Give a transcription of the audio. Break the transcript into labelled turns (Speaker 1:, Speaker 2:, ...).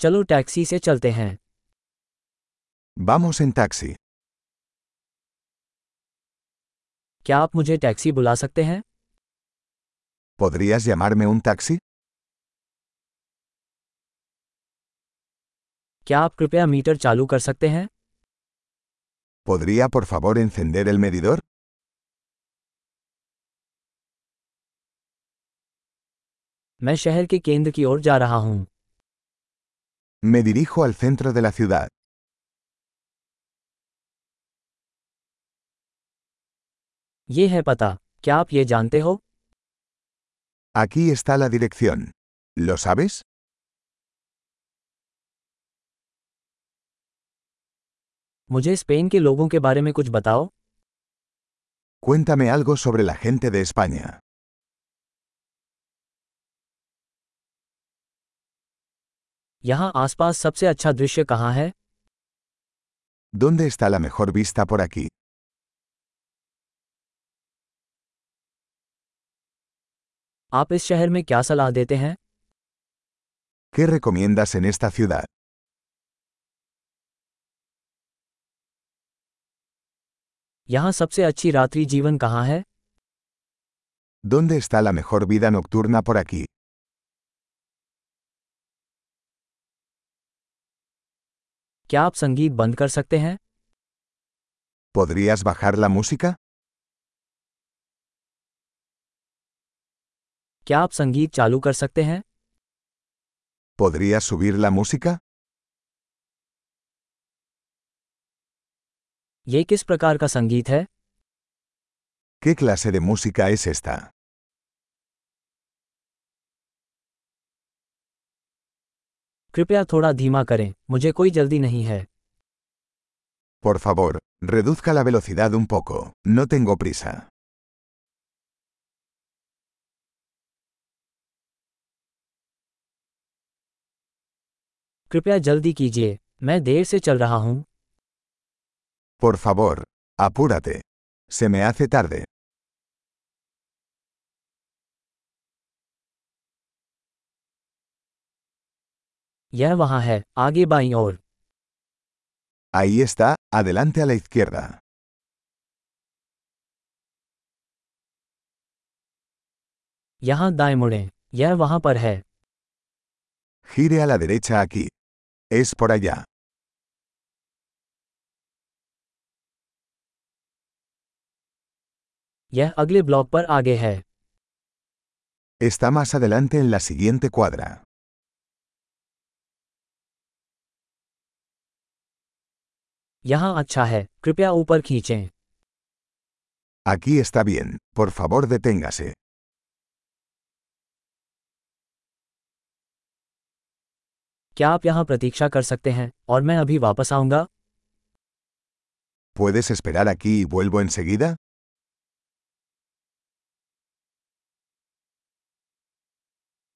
Speaker 1: चलो टैक्सी से चलते हैं
Speaker 2: Vamos en taxi.
Speaker 1: क्या आप मुझे टैक्सी बुला सकते हैं
Speaker 2: ¿Podrías llamarme un taxi?
Speaker 1: क्या आप कृपया मीटर चालू कर सकते हैं
Speaker 2: ¿Podría por favor encender el medidor?
Speaker 1: मैं शहर के केंद्र की ओर जा रहा हूँ
Speaker 2: Me dirijo al centro de la ciudad.
Speaker 1: ये है पता क्या आप ये जानते हो
Speaker 2: Aquí está la dirección. ¿Lo sabes?
Speaker 1: मुझे स्पेन के लोगों के बारे में कुछ बताओ
Speaker 2: Cuéntame algo sobre la gente de España.
Speaker 1: यहाँ आसपास सबसे अच्छा दृश्य कहाँ है
Speaker 2: ¿Dónde está la mejor vista por aquí?
Speaker 1: आप इस शहर में क्या सलाह देते हैं
Speaker 2: ¿Qué recomiendas en esta ciudad?
Speaker 1: यहाँ सबसे अच्छी रात्रि जीवन कहाँ है
Speaker 2: ¿Dónde está la mejor vida nocturna por aquí?
Speaker 1: क्या आप संगीत बंद कर सकते हैं
Speaker 2: ¿Podrías bajar la música?
Speaker 1: क्या आप संगीत चालू कर सकते हैं
Speaker 2: ¿Podrías subir la música?
Speaker 1: ये किस प्रकार का संगीत है
Speaker 2: ¿Qué clase de música es esta?
Speaker 1: कृपया थोड़ा धीमा करें मुझे कोई जल्दी नहीं है
Speaker 2: Por favor, reduzca la velocidad un poco. No tengo prisa.
Speaker 1: कृपया जल्दी कीजिए मैं देर से चल रहा हूँ
Speaker 2: Por favor, apúrate. Se me hace tarde.
Speaker 1: यह वहाँ है आगे बाईं ओर
Speaker 2: Ahí está, adelante a la izquierda.
Speaker 1: यहाँ दाएं मुड़ें यह वहाँ पर है
Speaker 2: Gire a la derecha aquí. Es por allá.
Speaker 1: यह अगले ब्लॉक पर आगे है
Speaker 2: Está más adelante en la siguiente cuadra.
Speaker 1: यहाँ अच्छा है कृपया ऊपर खींचें
Speaker 2: Aquí está bien, por favor deténgase.
Speaker 1: क्या आप यहाँ प्रतीक्षा कर सकते हैं और मैं अभी वापस आऊँगा
Speaker 2: ¿Puedes esperar aquí y vuelvo enseguida?